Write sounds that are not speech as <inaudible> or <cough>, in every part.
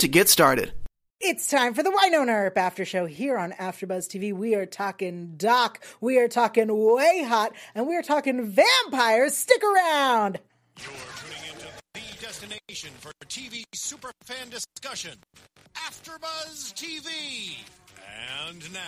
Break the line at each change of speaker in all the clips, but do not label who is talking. to get started.
It's time for the Wine Owner Earp After Show here on AfterBuzz TV. We are talking Doc, we are talking Way Hot, and we are talking vampires. Stick around.
You're tuning into the destination for TV superfan discussion, AfterBuzz TV. And now,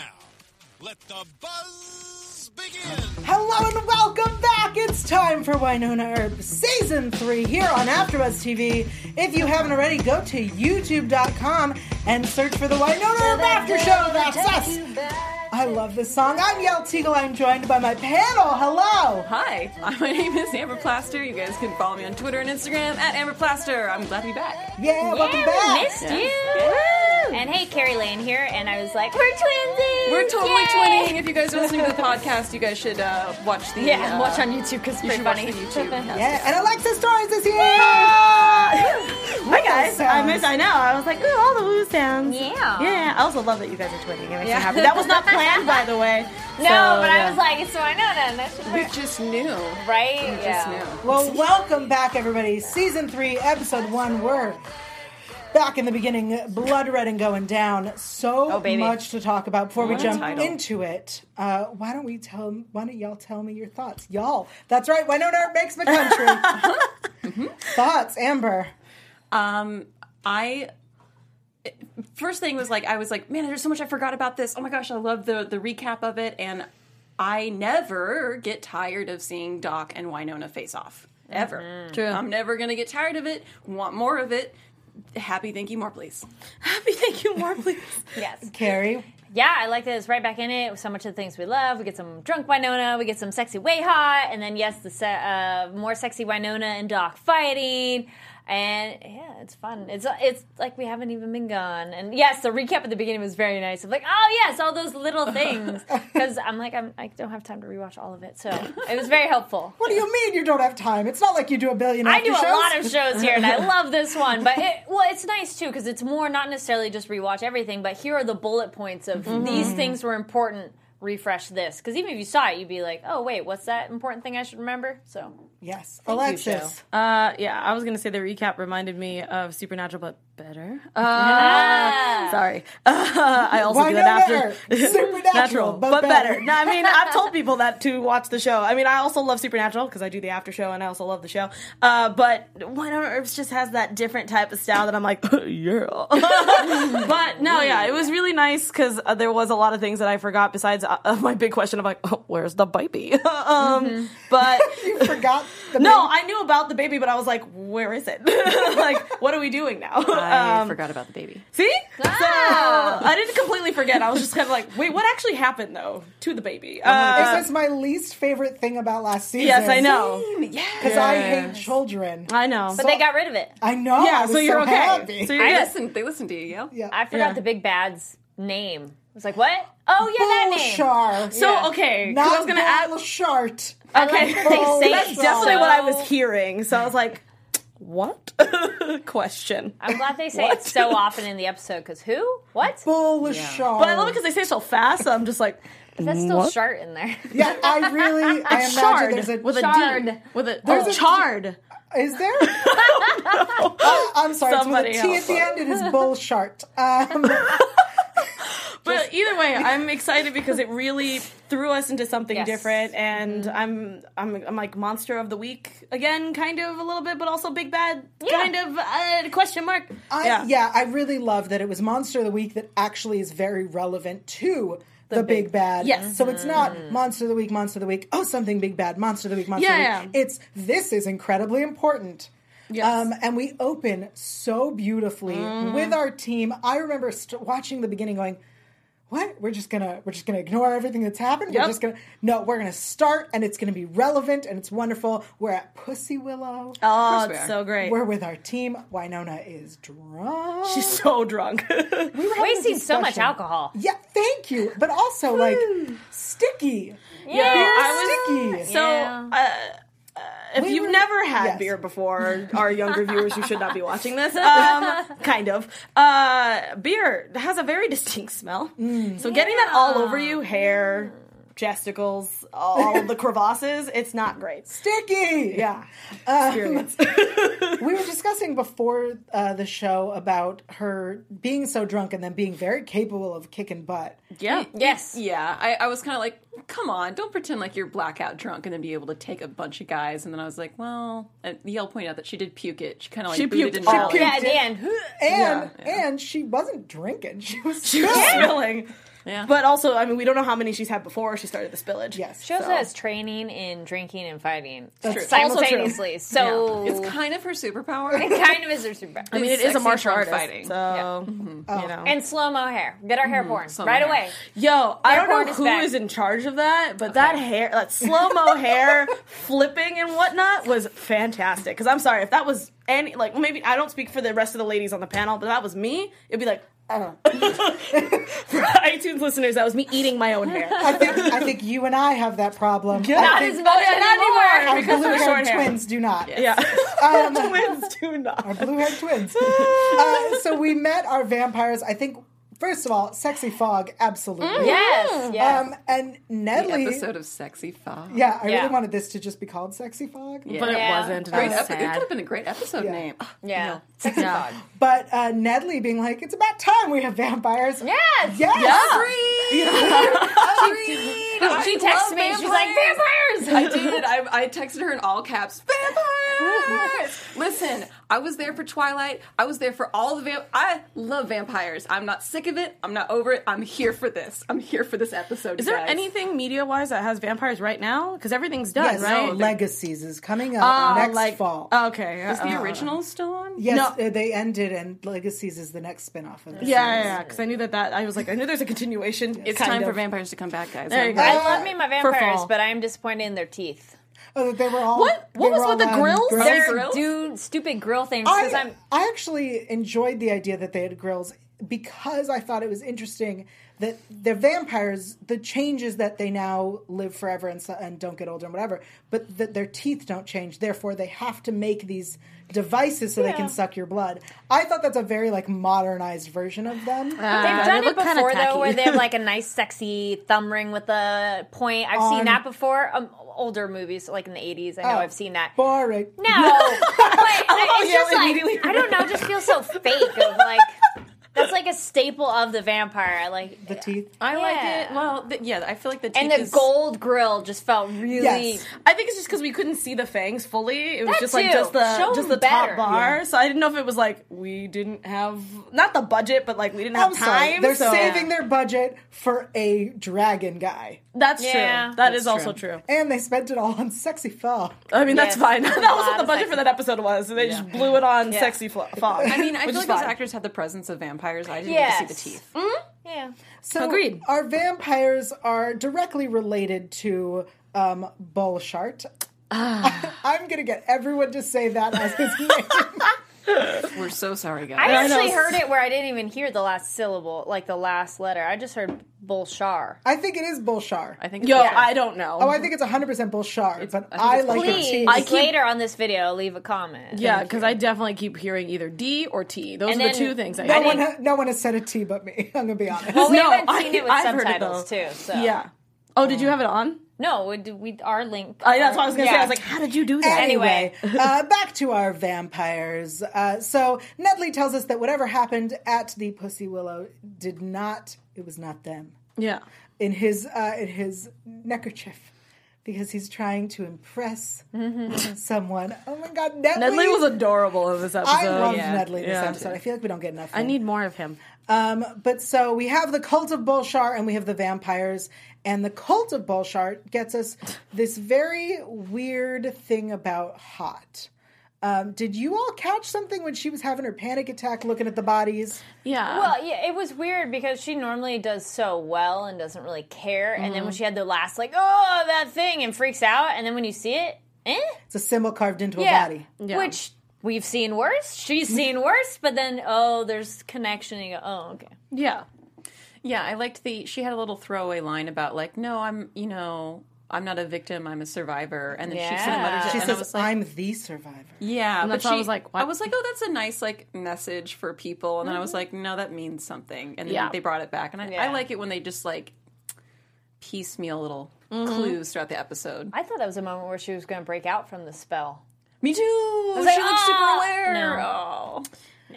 let the buzz begin.
Hello and welcome back. It's time for Winona Herb Season 3 here on AfterBuzz TV. If you haven't already, go to youtube.com and search for the Winona Herb After Show. That's us. I love this song. I'm Yael Teagle. I'm joined by my panel. Hello.
Hi, <laughs> my name is Amber Plaster. You guys can follow me on Twitter and Instagram at Amber Plaster. I'm glad to be back.
Yeah, welcome back.
We missed
Yeah.
you. And hey, Carrie Lane here, and I was like, we're twinsies.
We're totally
Yay!"
twinning. If you guys are listening to the podcast, you guys should uh, watch the
Yeah,
uh,
watch on YouTube because it's
You
pretty
should watch
funny.
the YouTube.
<laughs>
Yeah, and Alexis Torres is here.
Hi guys, I
sounds.
miss. I know. I was like, ooh, all the woo sounds.
Yeah.
Yeah. I also love that you guys are twinning. It makes
Yeah.
me happy. That
<laughs>
was not planned, by the way.
No, but
So, yeah.
I was like, it's Winona, and that's
We just knew.
right.
We just
Yeah.
knew.
Well, welcome back, everybody. Season three, episode one. We're back in the beginning, blood red and going down. So
Oh, baby.
much to talk about. Before we
a
jump
title.
into it, uh, why don't we tell? Why don't y'all tell me your thoughts, y'all? That's right. Why don't art makes the country?
<laughs>
Thoughts, Amber.
Um, I first thing was like I was like, man, there's so much I forgot about this. Oh my gosh, I love the the recap of it, and I never get tired of seeing Doc and Winona face off ever.
Mm-hmm.
True. I'm never gonna get tired of it. Want more of it. Happy, thank you, more please.
happy. Thank
<laughs>
you, more please.
Yes.
Carrie,
Yeah, I like that it's right back in it with so much of the things we love. We get some drunk Winona, we get some sexy way hot, and then, yes, the se- uh, more sexy Winona and Doc fighting. And yeah, it's fun. It's it's like we haven't even been gone. And yes, the recap at the beginning was very nice. I'm like, oh yes, all those little things. Because I'm like, I'm, I don't have time to rewatch all of it, so it was very helpful.
what do you mean you don't have time? It's not like you do a billion.
I
after
do a
shows.
lot of shows here, and I love this one. But it, well, it's nice too because it's more not necessarily just rewatch everything, but here are the bullet points of these things were important. Refresh this because even if you saw it, you'd be like, "Oh wait, what's that important thing I should remember?" So
Yes,
you,
Alexis.
Uh, yeah, I was gonna say the recap reminded me of Supernatural, but better. Uh, Sorry, <laughs> I also
Why
do that
no
<laughs> after
better? Supernatural, but better.
No, I mean, I've told people that to watch the show. I mean, I also love Supernatural because I do the after show, and I also love the show. Uh, but Winona Earps just has that different type of style that I'm like, <laughs> yeah. but no, yeah, it was really nice because uh, there was a lot of things that I forgot besides uh, uh, my big question of like, <laughs> oh, where's the baby? <laughs> um, But
You forgot the
no, I knew about the baby, but I was like, where is it? <laughs> like, what are we doing now?
I
Um,
forgot about the baby.
See?
Ah.
So I didn't completely forget. I was just kind of like, wait, what actually happened though to the baby?
This
Uh,
was my least favorite thing about last season.
yes, I know.
Yeah.
Because I hate children.
I know.
but they got rid of it.
I know. I
yeah,
was
so you're okay.
Happy.
So you're
They
good.
listen. They listen to you. Yeah.
yeah.
I forgot
Yeah.
the big bad's name. I was like, "What? Oh yeah, that name."
Bullshar.
So okay, 'cause
Not
I was gonna add. <laughs>
Bullshart.
Okay,
I like that they say
That's
it
definitely
so-
what I was hearing. So I was like, what? <laughs> Question.
I'm glad they say
What?
it so often in the episode because who? What?
Bullshart.
But I love it because they say it so fast. So I'm just like,
That's still Shart in there.
yeah, I
<laughs>
really. I imagine
shard
there's a.
with a D
Shard.
with a
There's
oh,
a-
chard.
is
<laughs>
there? I, am sorry.
Somebody
it's with a T
else.
at the end. It is Bullshart. Um,
But either
<laughs>
way, I'm excited because it really threw us into something
Yes.
different,
Mm-hmm.
and I'm I'm I'm like monster of the week again, kind of a little bit, but also big bad, kind of uh, question mark.
I, yeah. I really love that it was Monster of the Week that actually is very relevant to the, big, bad.
Yes.
So it's not Monster of the Week, Monster of the Week, oh, something big bad, Monster of the Week, Monster
Yeah,
of the Week. It's this is incredibly important.
Yes. Mm.
Um, and we open so beautifully with our team. I remember st- watching the beginning going, what? We're just gonna we're just gonna ignore everything that's happened. We're
Yep.
just gonna no, we're gonna start and it's gonna be relevant and it's wonderful. We're at Pussy Willow.
Oh,
we
it's
are.
so great.
We're with our team. Winona is drunk.
She's <laughs> so drunk.
<laughs> We were having a
Wasting so much
discussion.
alcohol.
Yeah, thank you. But also like sticky.
Yeah.
I was sticky.
So,
Yeah.
uh, uh, if
We
you've
were-
never had
yes.
beer before, our younger viewers who should not be watching
<laughs>
this, um, kind of, uh, beer has a very distinct smell.
Mm.
So getting that all over you, hair, gesticles, all the crevasses, it's
<laughs>
not great.
Sticky. Yeah. Um,
Experience.
<laughs> we were discussing before uh, the show about her being so drunk and then being very capable of kicking butt.
yeah.
Yes.
Yeah, I, I was kind of like, come on, don't pretend like you're blackout drunk and then be able to take a bunch of guys. And then I was like, well, and Yale pointed out that she did puke it. She kind of like
She
booted
puked
and
all-
bowled.
she
Yeah,
puked
at the end.
And
Yeah, yeah.
and she wasn't drinking. She was
She was spilling.
Yeah.
But also, I mean, we don't know how many she's had before she started the spillage.
yes.
She also has training in drinking and fighting
Also true.
simultaneously.
Yeah.
So
it's kind of her superpower.
it kind of is her super.
I mean, it is a martial art fighting.
So, you know.
and slow mo hair. Get our hair porn
slow-mo
right
hair.
away.
Yo, I don't
Airport
know
is
who is
back.
in charge of that, but that hair, that slow mo hair flipping and whatnot was fantastic. Because I'm sorry if that was any like well, maybe I don't speak for the rest of the ladies on the panel, but if that was me. It'd be like uh. <laughs> for iTunes listeners, that was me eating my own hair. <laughs>
I think I think you and I have that problem. I
Not
think
as much
yeah, not
anymore.
anymore.
our
because of the
blue-haired
short hair.
twins do not.
Yeah,
Um,
twins do not.
our blue-haired twins.
<laughs>
uh, so we met our vampires. I think first of all, sexy fog, absolutely.
<laughs>
Mm,
Yes. Yes.
Um, and
The
Nedley.
episode of Sexy Fox.
yeah, I
Yeah.
really wanted this to just be called Sexy Fog.
But it
Yeah.
wasn't. and I
Great
was
epi- it
sad.
could have been a great episode
Yeah.
name.
yeah.
Yeah.
But uh, Nedley being like, it's about time we have vampires.
Yes.
Yes.
<laughs> She texts me. She's like, vampires.
I did. I, I texted her in all caps. Vampires. Listen, I was there for Twilight. I was there for all the vamp. I love vampires. I'm not sick of it. I'm not over it. I'm here for this. I'm here for this episode.
Is there
guys.
anything media wise that has vampires right now? Because everything's done,
Yes,
right?
no, Legacies is coming up
Oh,
next
like-
fall.
Okay.
Is the
uh,
original still on?
yes, uh, they ended, and Legacies is the next spin off of this.
Yeah, yeah, yeah. Because I knew that that I was like, I knew there's a continuation.
It's
kind
time for
of.
vampires to come back, guys.
There you
I'm
go.
I
ready.
love me my
For
vampires,
fall.
but I'm disappointed in their teeth.
Oh, they were all.
What- what
they
was
were
with
all
the
on
grills?
Their
grills?
dude, stupid grill things. Because
I,
I'm
I actually enjoyed the idea that they had grills because I thought it was interesting that they're vampires, the changes that they now live forever and, so- and don't get older and whatever, but that their teeth don't change. Therefore, they have to make these devices so they
Yeah.
can suck your blood. I thought that's a very like modernized version of them.
They've done
they
it
look kinda
before
tacky.
though, where they have like a nice, sexy thumb ring with a point. I've
On- Oh,
seen that before. Um, older movies, like in the '80s, I know I've seen that.
Boring. <laughs>
No, but I, it's
yeah,
just like
immediately
I don't know. it Just feels so fake. Of like that's like a staple of the vampire. Like
The teeth.
uh,
I like
Yeah.
it. Well, th- yeah, I feel like the teeth
and the
is-
gold grill just felt really.
Yes.
I think it's just because we couldn't see the fangs fully. It was
That
just like
too.
just the
Show
just the
them
top
better.
bar. So I didn't know if it was like we didn't have not the budget, but like we didn't have
I'm
time.
sorry. They're
so
saving their budget for a dragon guy.
That's
Yeah.
true. That
That's
is also
true.
true.
And they spent it all on sexy fog.
I mean, that's
Yes.
fine. <laughs> that was
lot
what the
of
budget for
sexy
that episode was. So they just blew it on
Yeah.
sexy flo- fog.
I mean, I
which
feel
is
like those
fine.
actors had the presence of vampires. I didn't need to
Yes. Mm-hmm.
see the teeth.
Yeah.
So
Agreed.
Our vampires are directly related to um, Bolshart. <laughs> I'm gonna get everyone to say that as his name.
We're so sorry, guys.
I actually
know.
heard it where I didn't even hear the last syllable, like the last letter. I just heard Bolshar.
I think it is Bolshar.
I think. it's
Yo,
okay.
I don't know.
Oh, I think it's 100% Bolshar, but
I think
I,
it's
like it
Please,
too.
I keep-
later on this video, leave a comment.
Yeah, because I definitely keep hearing either D or T. Those
And
are the
then-
two things I
No
hear.
one, ha- no one has said a T but me. <laughs> I'm gonna be honest.
Well, we
No,
haven't
I-
seen it with
I've heard it,
subtitles
though.
too. So
Yeah. Oh, did you have it on?
No, we, we our link.
I, that's what I was gonna say. I
Yeah.
was like, how did you do that?
Anyway.
uh, back to our vampires. Uh, so Nedley tells us that whatever happened at the Pussy Willow did not. It was not them.
Yeah.
in his uh, in his neckerchief because he's trying to impress someone. Oh my god, Nedley,
Nedley was adorable in this episode.
I love
yeah.
Nedley this
Yeah.
episode. I feel like we don't get enough.
I need more of him.
Um, but so we have the cult of Bolshar and we have the vampires, and the cult of Bolshar gets us this very weird thing about hot. Um, did you all catch something when she was having her panic attack looking at the bodies?
Yeah.
Well, yeah, it was weird because she normally does so well and doesn't really care. And
Mm-hmm.
then when she had the last, like, oh, that thing, and freaks out. And then when you see it, eh?
It's a symbol carved into a
Yeah.
body.
Which we've seen worse. She's
Mm-hmm.
seen worse. But then, oh, there's connection. And you go, oh, okay.
Yeah. Yeah, I liked the she had a little throwaway line about like, no, I'm you know, I'm not a victim, I'm a survivor. And then she sort of
Yeah.
mutters it,
She
and I
Says,
was like,
I'm the survivor.
Yeah,
that's
but
why I
she-
was like, what?
I was like, oh, that's a nice like message for people, and then I was like, no, that means something, and then
Yeah.
they brought it back, and I, I
Yeah.
like it when they just like piecemeal little clues throughout the episode.
I thought that was a moment where she was going to break out from the spell.
Me too. She
like,
looks super
"Ah,
aware.
no."
Oh.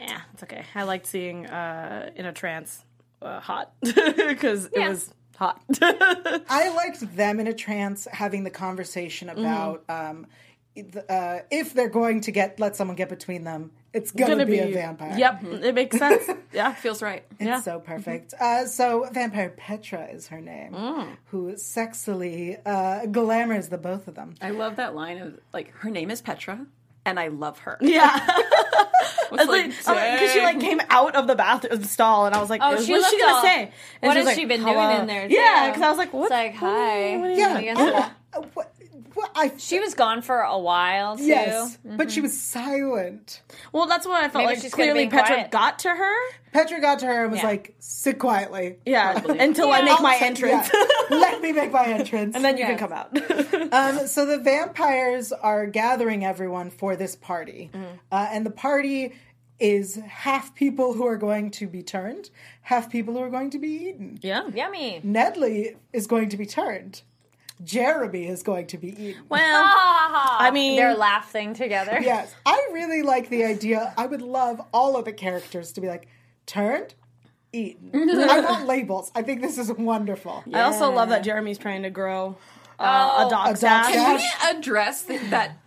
Nah, it's okay. I liked seeing uh, in a trance uh, hot <laughs> because it was hot. <laughs>
I liked them in a trance having the conversation about um, the- uh, if they're going to get let someone get between them, it's gonna, be, a vampire.
Yep, it makes sense.
<laughs>
Yeah,
Feels right.
It's so perfect. Uh, so, Vampire Petra is her name, who sexily uh, glamours the both of them.
I love that line of like, her name is Petra, and I love her.
<laughs> yeah.
It's like,
Because Oh, she like came out of the bathroom stall, and I was like,
Oh,
"What
she
was she
looked
gonna
all-
say?" And
what
was
has
like,
she been
"Hello."
doing in there?
Yeah,
too?
because I was like, "What?"
It's like, hi.
Yeah.
I guess-
Uh, what, what, I,
she was gone for a while, too.
yes, but she was silent.
Well, that's what I felt
Maybe
like.
she's good at
clearly,
being
Petra
quiet.
got to her.
Petra got to her and was
Yeah.
like, "Sit quietly."
Yeah, <laughs> until I make my entrance,
Yeah. Let me make my entrance.
and then you can come out.
Um, so the vampires are gathering everyone for this party,
Mm-hmm.
uh, and the party is half people who are going to be turned, half people who are going to be eaten.
yeah.
Yummy.
Nedley is going to be turned. Jeremy is going to be eaten.
<laughs>
Well,
I
mean-
they're laughing together.
Yes, I really like the idea. I would love all of the characters to be like turned,
<laughs>
eaten. I want labels. I think this is wonderful.
I also love that Jeremy's trying to grow uh, a dog
A
stash.
dog
Can we address th- that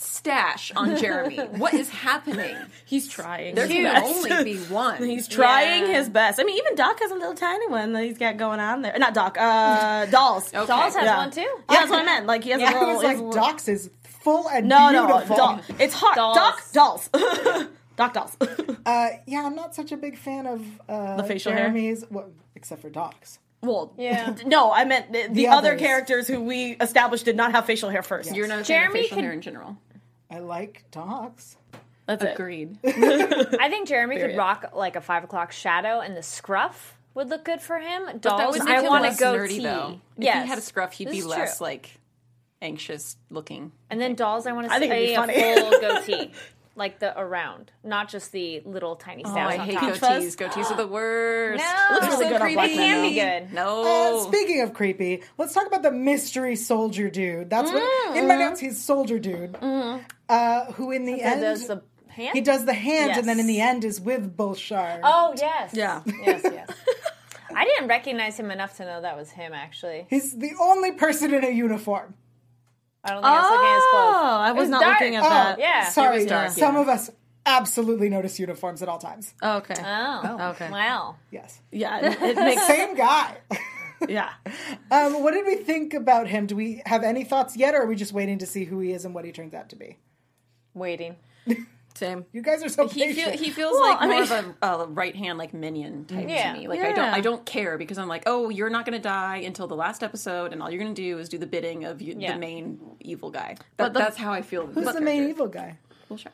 stash on Jeremy?
<laughs>
what is happening?
He's trying.
There
his
can
best.
only
<laughs>
be one.
<laughs> He's trying his best. I mean, even Doc has a little tiny one that he's got going on there. Not Doc, <laughs> uh, dolls.
Okay.
Dolls has
Yeah.
one, too.
Yeah, that's what I meant. Like he has
I
a little.
was
he has a
like,
little-
Docs is full and
No,
beautiful.
no, doll. It's hard.
Dolls.
Doc, dolls. <laughs> Doc, dolls.
Uh, yeah, I'm not such a big fan of uh, the
facial hair?
Jeremy's, well, except for Docs.
well,
Yeah.
<laughs> No, I meant the, the, other
others.
characters who we established did not have facial hair first.
You're not
Jeremy
Jeremy facial
could-
hair in general.
I like Docs.
That's it.
Agreed.
I think Jeremy could rock like a five o'clock shadow, and the scruff would look good for him. Dolls,
That would make
I
him
want
less
to go
nerdy
tea.
though. If
Yes.
he had a scruff, he'd
This
be
is
less
true.
like anxious looking.
And then dolls, I want to
I think it'd
say
be
a
funny. <laughs>
full goatee, like the around, not just the little tiny
Oh,
stash
I
on
hate
top.
goatees. Goatees
<gasps>
are the worst.
No. Looks
They're
really good on Black
They can be good.
No.
Uh, speaking of creepy, let's talk about the mystery soldier dude. That's what in my notes he's soldier dude, uh, who in the
That
end
does the hand.
he does the hand,
Yes.
and then in the end is with Bolshar.
Oh yes.
Yeah.
Yes.
<laughs>
Yes. I didn't recognize him enough to know that was him. Actually,
He's the only person in a uniform.
I don't think I was looking at his clothes.
I was
It's
not
dark.
looking at
Oh,
that.
Yeah.
Sorry,
dark,
some
yeah.
of us absolutely notice uniforms at all times.
Oh, okay.
Oh.
Okay.
Wow.
Yes,
<laughs> yeah, it, it <laughs> makes
same guy.
yeah.
um, what did we think about him? Do we have any thoughts yet, or are we just waiting to see who he is and what he turns out to be?
Waiting.
Same.
You guys are so
He, feel,
patient.
he feels
Well,
like
I
more
mean-
of a, a right hand like minion type
Yeah.
to me. Like I don't
Yeah.
I don't care because I'm like, oh, you're not gonna die until the last episode, and all you're gonna do is do the bidding of you,
Yeah.
the main evil guy. That,
the-
that's how I feel.
Who's the main evil guy? Okay.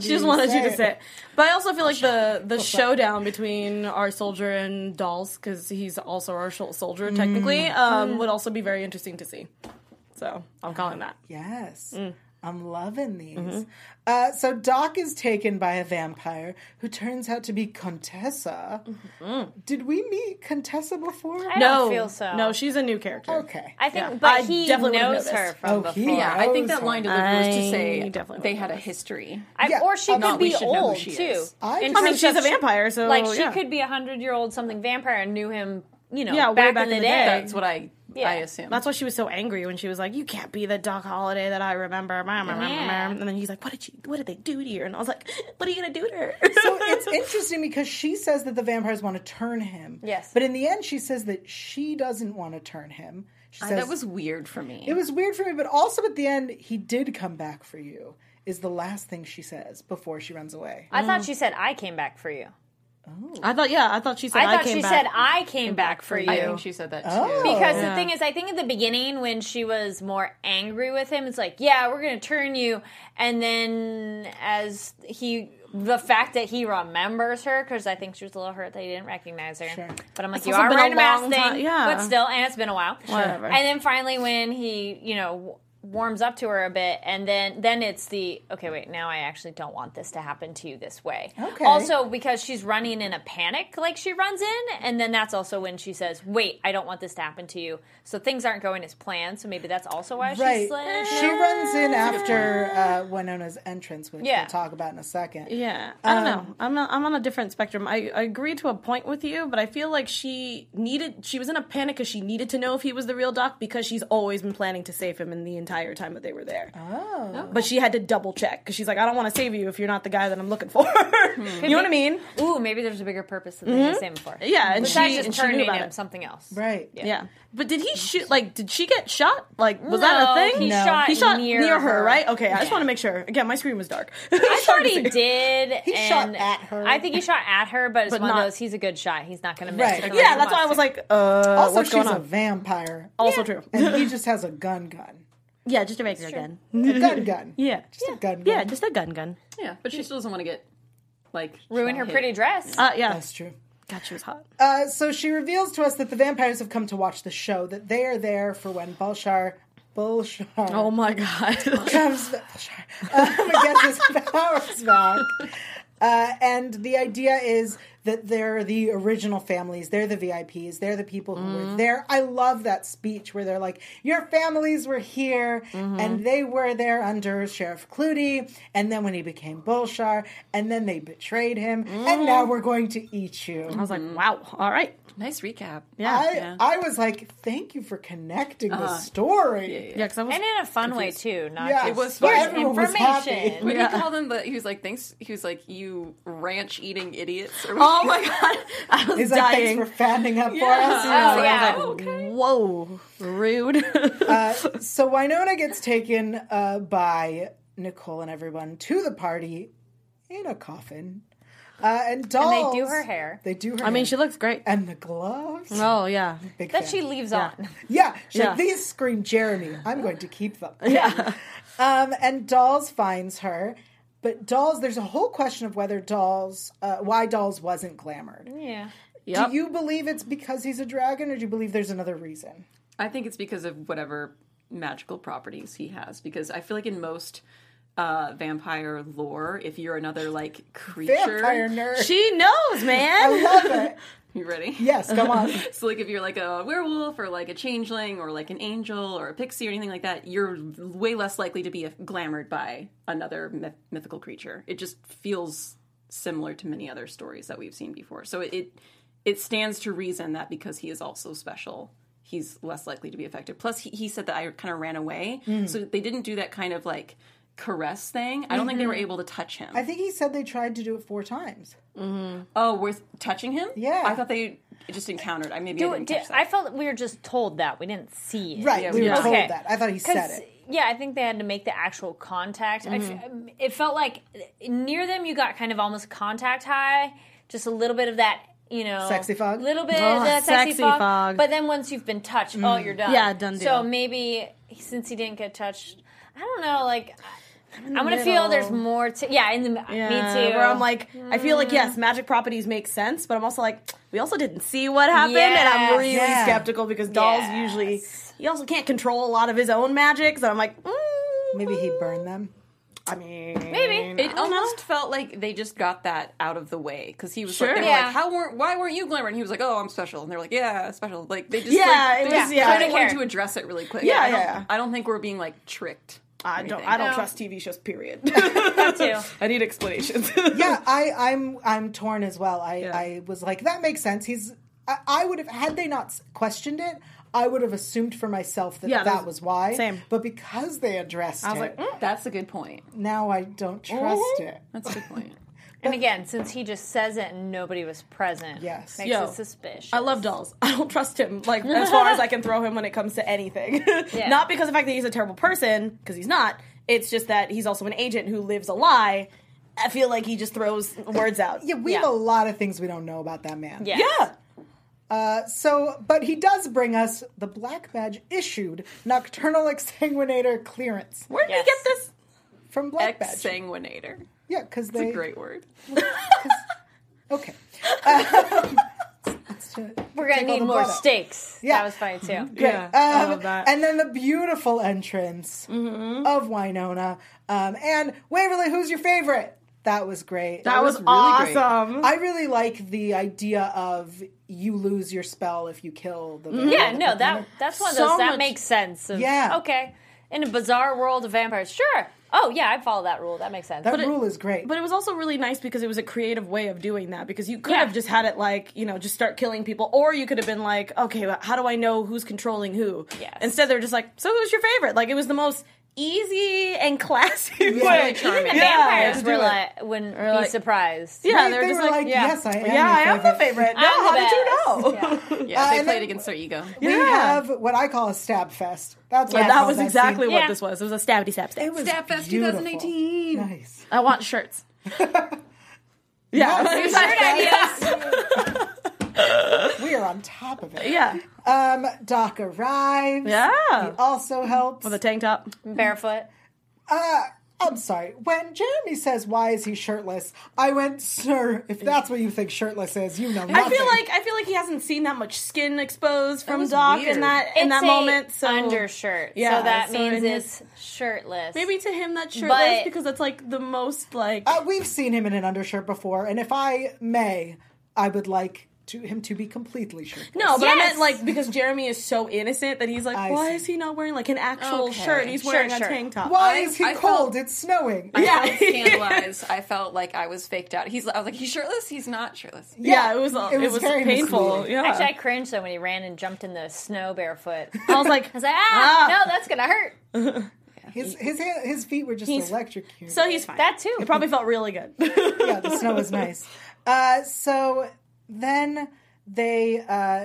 She just wanted you to say it. But I also feel like the the showdown between our soldier and dolls, because he's also our shol- soldier technically, um, would also be very interesting to see. So I'm calling that.
Yes. I'm loving these. Uh, so Doc is taken by a vampire who turns out to be Contessa. Did we meet Contessa before?
I
no,
don't feel so.
No, she's a new character.
Okay.
I think,
Yeah.
but
I
he
definitely would've
knows her
noticed.
from
Oh,
before.
he-
Yeah, I think that
Rose
line delivery was
I
to say
definitely
they
would
had a
notice.
history.
I,
Yeah.
or she
If
could
not, we
be
should know who
old
she
too.
is.
I
In
just-
I mean,
terms
she's
of
a vampire, so
like she
yeah.
could be a hundred year old something vampire and knew him, you know,
Yeah, way
back,
back
in the,
in the
day.
day.
That's what I
Yeah.
I assume.
That's why she was so angry when she was like, "You can't be the Doc Holiday that I remember." Blah, blah, blah, blah, blah.
Yeah.
And then he's like, "What did you? What did they do to you?" And I was like, "What are you gonna do to her?"
so
<laughs>
it's interesting because she says that the vampires want to turn him.
Yes.
But in the end, she says that she doesn't want to turn him. She says,
that was weird for me.
It was weird for me, but also at the end, he did come back for you. is the last thing she says before she runs away.
I thought she said I came back for you.
I thought, yeah, I thought she said
I,
I,
thought
came
she
back.
said I came back for you.
I think she said that too.
Oh.
Oh.
Because the thing is, I think at the beginning when she was more angry with him, it's like, yeah, we're gonna turn you. And then as he, the fact that he remembers her, because I think she was a little hurt that he didn't recognize her.
Sure.
But I'm like,
It's
you
also
are
been a
wearing a mask
long
thing,
time- yeah.
but still, and it's been a while.
Whatever.
And then finally, when he, you know. w- Warms up to her a bit, and then then it's the okay. Wait, now I actually don't want this to happen to you this way.
Okay.
Also, because she's running in a panic, like she runs in, and then that's also when she says, "Wait, I don't want this to happen to you." So things aren't going as planned. So maybe that's also why
Right.
she's like,
She runs in after uh, Winona's entrance, which
Yeah.
we'll talk about in a second.
Yeah, I don't know.
Um,
I'm i I'm on a different spectrum. I, I agree to a point with you, but I feel like she needed. She was in a panic because she needed to know if he was the real Doc because she's always been planning to save him in the entire time that they were there. Oh, but she had to double check because she's like, I don't want to save you if you're not the guy that I'm looking for. <laughs>
Hmm.
you know what I mean? Mm-hmm.
"Ooh, maybe there's a bigger purpose than they was saying before."
Yeah, and
Besides
she,
just
and she
turning
knew about
him
it.
something else.
Right.
Yeah, but did he shoot? Like, did she get shot? Like, was that
No,
a thing?
he No. shot
He shot
near
near,
her.
her, right? Okay, I
Yeah.
just want to make sure. Again, my screen was dark.
I thought
<laughs>
he did.
<laughs>
He
shot at her.
I think he shot at her, but it's
But
one
not-
of those. He's a good shot. He's not going to miss.
Right.
it the way
Yeah,
he
that's why I
wants
was
to.
like, uh,
Also,
what's
she's
going
a
on?
vampire,
also true.
and
<laughs>
he just has a gun, gun,
Yeah, just a regular gun.
a gun, gun.
<laughs> Yeah.
Just a gun,
Yeah,
gun.
just a gun gun.
Yeah, but she still doesn't want to get like
ruin her
hit.
pretty dress.
Uh, yeah.
That's true.
God, she was hot.
Uh, so she reveals to us that the vampires have come to watch the show. That they are there for when Belshar, Belshar,
Oh my god. <laughs>
comes Belshar, um, gets his powers back. Uh, and the idea is that they're the original families. They're the VIPs. They're the people who
Mm-hmm.
were there. I love that speech where they're like, "Your families were here,
Mm-hmm.
and they were there under Sheriff Clutie, and then when he became Bolshar, and then they betrayed him, and now
Mm-hmm.
we're going to eat you."
I was like,
Mm.
wow. All right.
Nice recap.
Oh, Yeah. Uh-huh.
I, I was like, thank you for connecting the story.
yeah, because I was.
and in a fun way too, not
Yeah,
just
it was
for
fun. Everyone was happy. <laughs>
information.
When he called them, the, he was like, "Thanks." He was like, "You ranch eating idiots." Or
oh my god. I was
He's like,
dying.
thanks for fanning up for us.
Oh yeah.
Whoa. Rude.
So Winona gets taken uh, by Nicole and everyone to the party in a coffin. Uh, and dolls.
do her hair.
They do her
I mean,
hair.
she looks great.
And the gloves.
Oh, yeah.
Big
That
fan.
she leaves on.
Yeah, she's
Yeah.
like, these scream Jeremy. I'm going to keep
<laughs>
them. Yeah. Um, and Dolls finds her. But Dolls, there's a whole question of whether Dolls, uh, why Dolls wasn't glamored.
Yeah.
Yep.
Do you believe it's because he's a dragon, or do you believe there's another reason?
I think it's because of whatever magical properties he has. Because I feel like in most uh, vampire lore, if you're another like creature,
Vampire nerd.
she knows, man.
Love it.
you ready?
Yes, come on.
<laughs>
<laughs> So like if you're like a werewolf or like a changeling or like an angel or a pixie or anything like that, you're way less likely to be glamored by another myth- mythical creature. It just feels similar to many other stories that we've seen before. So it, it it stands to reason that because he is also special, he's less likely to be affected. Plus he, he said that I kind of ran away, so they didn't do that kind of like caress thing. I don't think they were able to touch him.
I think he said they tried to do it four times.
oh, worth touching him?
Yeah.
I thought they just encountered. I maybe I
Do,
didn't
did,
catch that.
I felt we were just told that we didn't see it.
Right, we were
yeah.
told
Okay.
that. I thought he
'Cause,
said it. Mm-hmm.
Yeah, I think they had to make the actual contact. I f- um, it felt like near them you got kind of almost contact high, just a little bit of that, you know,
Sexy fog?
little bit
Oh,
of that sexy,
sexy
fog.
fog.
But then once you've been touched, oh,
Mm.
you're done.
Yeah, done
So
deal.
maybe since he didn't get touched, I don't know. Like I'm gonna feel there's more to. Yeah, in the
Yeah,
me too.
Where
<laughs>
I'm like, I feel like yes, magic properties make sense, but I'm also like, we also didn't see what happened, and
Yes.
I'm really
Yeah.
skeptical because dolls
Yes.
usually he also can't control a lot of his own magic, so I'm like, mm,
Maybe he burned them.
I mean,
maybe
It almost felt like they just got that out of the way because he was
Sure.
like, they were
Yeah.
like, "How weren't? Why weren't you glamour?" And he was like, "Oh, I'm special." And they're like, "Yeah, special." Like they just
Yeah,
like,
it
they
was-
just
yeah.
kind
Couldn't
of wanted
care.
to address it really quick.
Yeah,
I don't,
yeah.
I don't think we're being like tricked. or
I don't.
anything.
I don't trust TV
<laughs>
shows. Period. <laughs>
too.
I need explanations.
Yeah, I, I'm I'm torn as well. I,
Yeah.
I was like, that makes sense. He's I, I would have had they not s- questioned it, I would have assumed for myself that
Yeah,
that
that
was
was-
why.
same.
But because they addressed
was
it,
like,
That's a good point.
now I don't trust it.
That's a good
<laughs>
point.
And again, since he just says it and nobody was present,
Yes.
makes
Yo,
it suspicious.
<laughs> I love dolls. I don't trust him, like as far as I can throw him when it comes to anything. <laughs>
Yeah.
Not because of the fact that he's a terrible person, because he's not. It's just that he's also an agent who lives a lie. I feel like he just throws words out.
Yeah, we have a lot of things we don't know about that man.
Yeah.
Yeah.
So, but he does bring us the Black Badge issued Nocturnal <laughs> Exsanguinator clearance
Where did we
Yes.
get this?
from Black Badge.
Exsanguinator.
Yeah, because
It's
they
a great word.
okay. Let's do it.
We're gonna
Take all
need
the
more
blood out.
stakes.
Yeah.
That was funny too.
<laughs> Great.
Yeah, I
um,
love that.
And then the beautiful entrance
Mm-hmm.
of Winona. Um, and Waverly, who's your favorite? That was great.
That was
really great.
awesome.
I really like the idea of you lose your spell if you kill the
Mm-hmm.
vampire.
Yeah, no, that that's one of
So
those that
much-
makes sense. of,
Yeah.
Okay. In a bizarre world of vampires, sure. Oh yeah, I follow that rule. That makes sense.
That rule is great.
But it was also really nice because it was a creative way of doing that because you could
Yeah.
have just had it like, you know, just start killing people or you could have been like, okay, well, how do I know who's controlling who?
Yes.
Instead, they're just like, so who's your favorite? Like, it was the most easy and <laughs> classy way.
Even the
Yeah,
vampires
to do
were
it.
like, wouldn't be
like-
surprised.
Yeah,
They-
they're
they
just
were
like,
like,
yeah.
yes, I am
Yeah,
your
I am the
favorite.
favorite. No,
I'm the
how did you know?
best.
<laughs>
Yeah.
Yeah, they
and
played
then-
against their ego.
we
Yeah.
have what I call a stab fest. That's what
But
I
that
call
was
that
exactly
scene.
what
Yeah.
this was. It was a stabby stab stab.
It was
Stab Fest
beautiful.
2018.
Nice.
<laughs> I want shirts. yeah.
Shirt ideas.
<laughs> We are on top of it.
<laughs> Yeah.
Um, Doc arrives.
Yeah. Mm-hmm.
Also helps. Uh,
With a tank top.
Barefoot.
I'm sorry. When Jeremy says, "Why is he shirtless?" I went, "Sir, if that's what you think shirtless is, you know." Nothing.
I feel like I feel like he hasn't seen that much skin exposed from
was
Doc
weird.
in that in that
It's a
moment. So
undershirt.
Yeah,
so that
so
means
it is-
it's shirtless.
maybe to him that shirtless
But-
because that's like the most like
uh, we've seen him in an undershirt before, and if I may, I would like to him to be completely shirtless.
no, but I
Yes!
meant like because Jeremy is so innocent that he's like,
I
why
see.
is he not wearing like an actual
Okay.
shirt? He's
Shirt,
wearing a
shirt.
tank top.
Why
I-
is he
I
cold?
felt-
it's snowing.
<laughs> Yeah.
I felt scandalized. I felt like I was faked out. He's. I was like, he's shirtless. He's not shirtless.
<laughs> Yeah, it was uh,
It
it
was
was,
very
painful.
misleading.
Yeah,
Actually,
<laughs>
I cringed though when he ran and jumped in the snow barefoot. I
I was like,
was like, ah,
Ah.
no, that's gonna hurt.
His his hand, his feet were just
He's-
electrocuted.
so he's fine.
That too.
It probably felt really good. <laughs>
yeah, the snow was nice. Uh, so then they uh,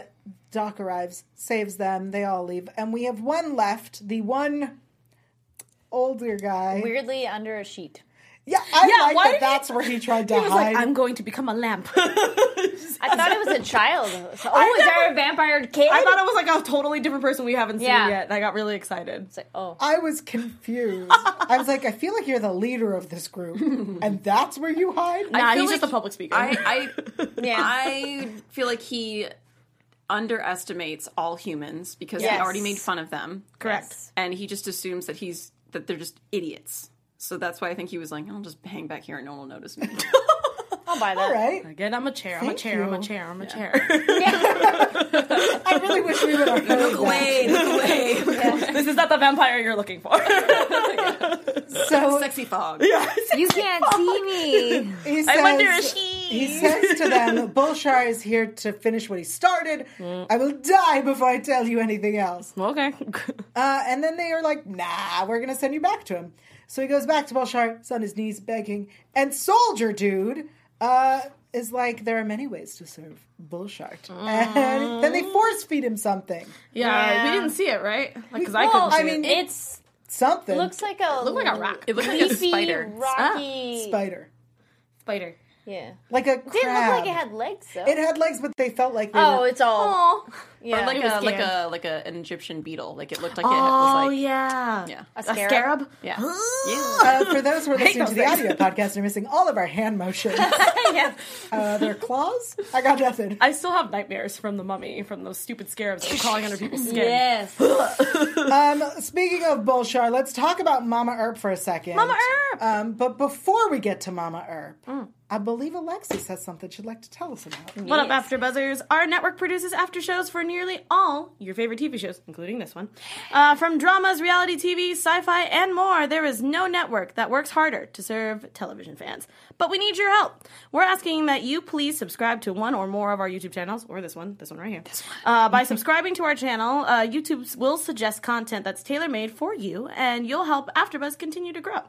Doc arrives, saves them. They all leave, and we have one left. The one older guy.
Weirdly under a sheet.
Yeah, I
Yeah,
like
why
that.
did he-
That's where he tried to
He was
hide.
like, I'm going to become a lamp. <laughs>
I thought it was a child. So, oh, is
never-
there a vampire kid?
I thought it was like a totally different person we haven't seen
Yeah.
yet. And I got really excited.
It's like, oh,
I was
<laughs>
confused. I was like, I feel like you're the leader of this group, and that's where you hide.
Nah,
feel
he's just
like
a public speaker.
I, I
yeah.
I feel like he underestimates all humans because he
Yes.
already made fun of them,
<laughs> Correct.
and he just assumes that he's that they're just idiots. So that's why I think he was like, "I'll just hang back here and no one will notice
<laughs>
me."
I'll buy that.
All right.
Again, I'm a chair. I'm a
Thank
chair. I'm
you.
a chair. I'm a chair.
I really wish we would have heard that.
away, look away,
<laughs> this is not the vampire you're looking for.
So
sexy fog.
You can't
<laughs>
see me.
he says,
I wonder if she.
He says to
<laughs>
them, Bolshar is here to finish what he started.
Mm.
I will die before I tell you anything else.
okay.
Uh, and then they are like, nah, we're going to send you back to him. So he goes back to Bolshar, he's on his knees begging. And Soldier Dude uh, is like, there are many ways to serve Bolshart.
Mm.
And then they force feed him something.
Yeah,
Yeah.
we didn't see it, right? Like, because I
Well,
couldn't see
Oh, I
mean,
mean,
it-
it's
Something.
looks like a Ah.
it. Looked like a rock.
It looked like a
leafy,
spider.
rocky.
spider.
spider.
Yeah,
Like a crab.
it didn't look like it had legs though.
It had legs, but they felt like they
oh,
were.
it's all
Oh,
yeah,
Or like
was
a like
scary.
a like a an Egyptian beetle. Like it looked like it was like
Oh, yeah.
Oh, yeah.
a
A
scarab.
scarab?
Yeah.
Uh, for those
<laughs>
who are listening
those
to the
things.
audio podcast, are missing all of our hand motions.
<laughs> yeah.
Uh, their claws? I got nothing.
I still have nightmares from the mummy, from those stupid scarabs that were crawling under people's skin.
Yes. <gasps>
Um, speaking of Bolshar, let's talk about Mama Earp for a second. Mama
Earp! Mm.
Um, but before we get to Mama Earp, I believe Alexis has something she'd like to tell us about.
What up, After Buzzers? Our network produces after shows for nearly all your favorite TV shows, including this one. Uh, from dramas, reality TV, sci fi, and more, there is no network that works harder to serve television fans. But we need your help. We're asking that you please subscribe to one or more of our YouTube channels, or this one, this one right here. This one. Uh, <laughs> by subscribing to our channel, uh, YouTube will suggest content that's tailor made for you, and you'll help AfterBuzz continue to grow.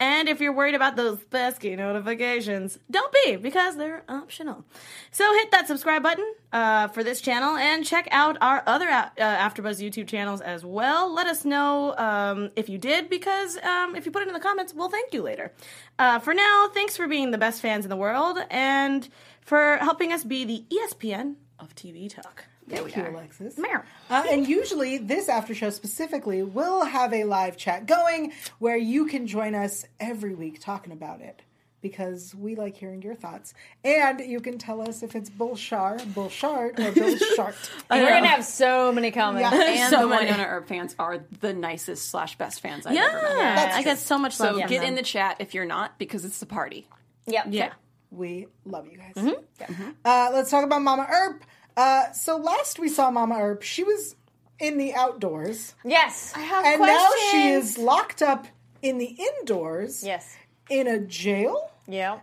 And if you're worried about those pesky notifications, don't be because they're optional. So hit that subscribe button uh, for this channel and check out our other uh, AfterBuzz YouTube channels as well. Let us know um, if you did because um, if you put it in the comments, we'll thank you later. Uh, for now, thanks for being the best fans in the world and for helping us be the E ESPN of TV talk.
Thank you, Alexis. Uh, and usually, this after show specifically will have a live chat going where you can join us every week talking about it because we like hearing your thoughts. And you can tell us if it's Bullshar, Bullshart, or Bullshart.
We're going to have so many comments.
Yeah.
And
So
the
many.
Winona Earp fans are the nicest slash best fans I've ever met.
Yeah, I get so much love.
So
from
get in
them.
the chat if you're not, because it's the party.
Yep. Yeah.
We love you guys. Yeah. Uh, let's talk about Mama Erp. Uh, so last we saw Mama Erp, she was in the outdoors,
Yes.
and now she is locked up in the indoors
Yes.
in a jail
Yeah.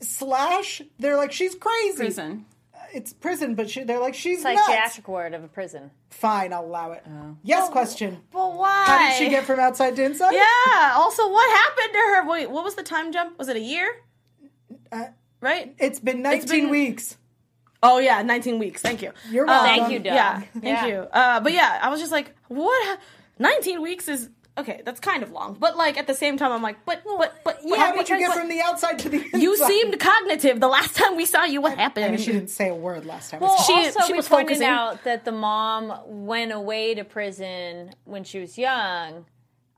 slash. They're like she's crazy.
Prison.
It's prison, but she, they're like she's nuts.
Psychiatric ward of a prison.
Fine, I'll allow it. yes, question.
But why?
How did she get from outside to inside?
Yeah. Also, what happened to her? Wait, what was the time jump? Was it a year?
Uh,
right?
It's been 19
been-
weeks.
Oh yeah, 19 weeks. Thank you. Um,
You're welcome.
Thank you, Doug.
Yeah. Thank you. Uh, but yeah, I was just like, what? ha- 19 weeks is okay. That's kind of long. But like at the same time, I'm like, but but but yeah.
How did you
because,
get
like,
from the outside to the inside?
You seemed cognitive the last <laughs> time we saw you. What happened?
I mean, she didn't say a word last time.
Well,
She-
also,
she
we
was
pointed
focusing.
out that the mom went away to prison when she was young,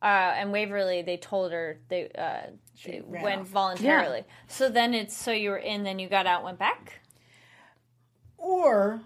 uh, and Waverly they told her they, uh, they
ran
went
off.
voluntarily. So then it's so you were in, then you got out, went back.
or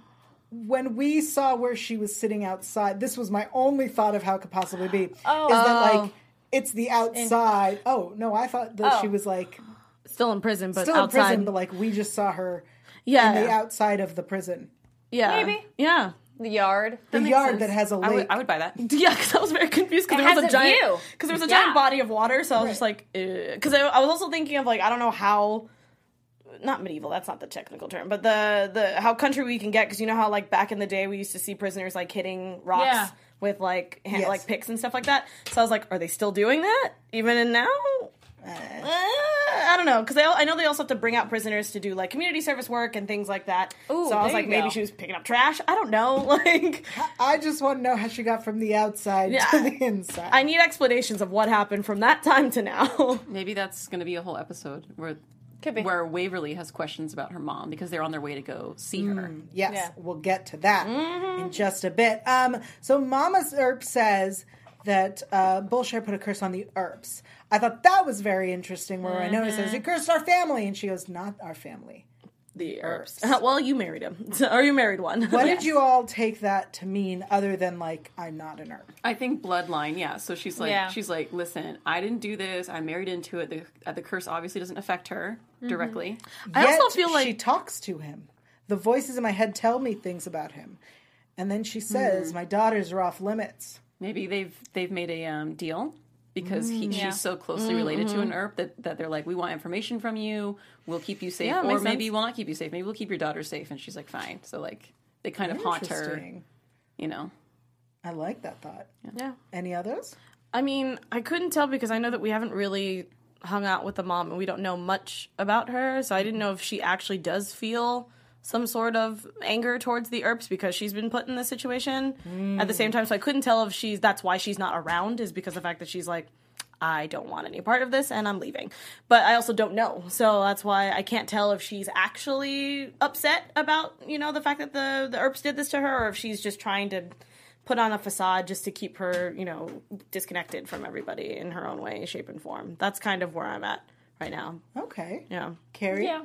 when we saw where she was sitting outside, this was my only thought of how it could possibly be. Oh, is that like it's the outside? oh no, I thought that she was like
still in prison, but
still
outside.
in prison, but like we just saw her
yeah.
in the outside of the prison,
yeah.
Maybe.
Yeah.
The yard.
the yard that has a
I
lake.
would, I would buy that.
<laughs> Yeah, because I was very confused because there was
has
a,
a view.
giant because there was a
Yeah.
giant body of water. So I was just like, because I, I was also thinking of like I don't know how, not medieval. That's not the technical term, but the the how country we can get because you know how like back in the day we used to see prisoners like hitting rocks
Yeah.
with like hand,
Yes.
like picks and stuff like that. So I was like, are they still doing that even in now? Uh, I don't know because I know they also have to bring out prisoners to do like community service work and things like that.
Ooh,
so I was
there
like,
you
maybe
go.
she was picking up trash. I don't know. <laughs> Like,
I just want to know how she got from the outside
Yeah.
to the inside.
I need explanations of what happened from that time to now.
Maybe that's going to be a whole episode where
Could be.
where Waverly has questions about her mom because they're on their way to go see her.
Yes,
Yeah.
we'll get to that
Mm-hmm.
in just a bit. Um, so Mama Erp says that uh, Bullshare put a curse on the Erps. I thought that was very interesting. Where
Mm-hmm.
I noticed says he cursed our family, and she goes, "Not our family."
the herbs. <laughs> well, you married him, <laughs> or you married one.
What did you all take that to mean, other than like I'm not an Erp?
I think bloodline, yeah. So she's like,
Yeah.
she's like, listen, I didn't do this. I married into it. The, uh, the curse obviously doesn't affect her directly.
I also
Yet
feel like-
she talks to him. The voices in my head tell me things about him, and then she says,
Mm.
"My daughters are off limits."
Maybe they've they've made a um, deal because he, she's so closely related to an ERP that, that they're like, we want information from you. We'll keep you safe,
Yeah, it
or
makes
maybe
sense.
we'll not keep you safe. Maybe we'll keep your daughter safe. And she's like, fine. So like, they kind of haunt her,
Interesting.
you know.
I like that thought.
Yeah.
Any others?
I mean, I couldn't tell because I know that we haven't really hung out with the mom and we don't know much about her, so I didn't know if she actually does feel some sort of anger towards the herbs because she's been put in this situation at the same time. So I couldn't tell if she's that's why she's not around is because the fact that she's like, I don't want any part of this and I'm leaving. But I also don't know. So that's why I can't tell if she's actually upset about, you know, the fact that the the herbs did this to her or if she's just trying to put on a facade just to keep her, you know, disconnected from everybody in her own way, shape and form. That's kind of where I'm at right now.
Okay.
Yeah.
Carrie.
Yeah.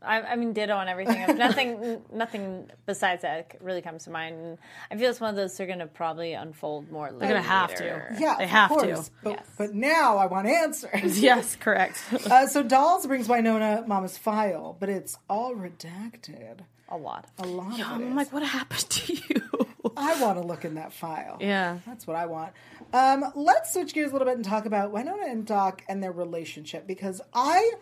I, I mean, ditto on everything.
<laughs>
nothing, nothing besides that really comes to mind. And I feel it's one of those they're going to probably unfold more later. They're
gonna have to.
Yeah,
They
of
have to.
course. But, but now I want answers.
Yes, correct. <laughs>
uh, so Dolls brings Winona Mama's file, but it's all redacted.
A lot.
A lot of it
I'm
is.
like, what happened to you?
I want to look in that file.
Yeah.
That's what I want. Um, let's switch gears a little bit and talk about Winona and Doc and their relationship because I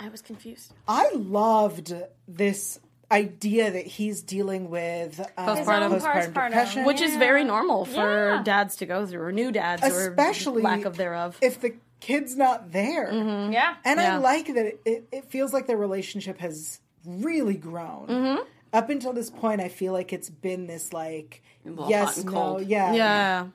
I was confused.
I loved this idea that he's dealing with um,
Postpartum.
His own postpartum.
depression.
Which is very normal for
Yeah.
dads to go through, or new dads,
especially
or lack of thereof. Mm-hmm.
if the kid's not there.
Yeah.
And I
Yeah.
like that it, it, it feels like their relationship has really grown.
Mm-hmm.
Up until this point, I feel like it's been this like
Well,
yes,
hot and
no,
cold.
yeah,
Yeah.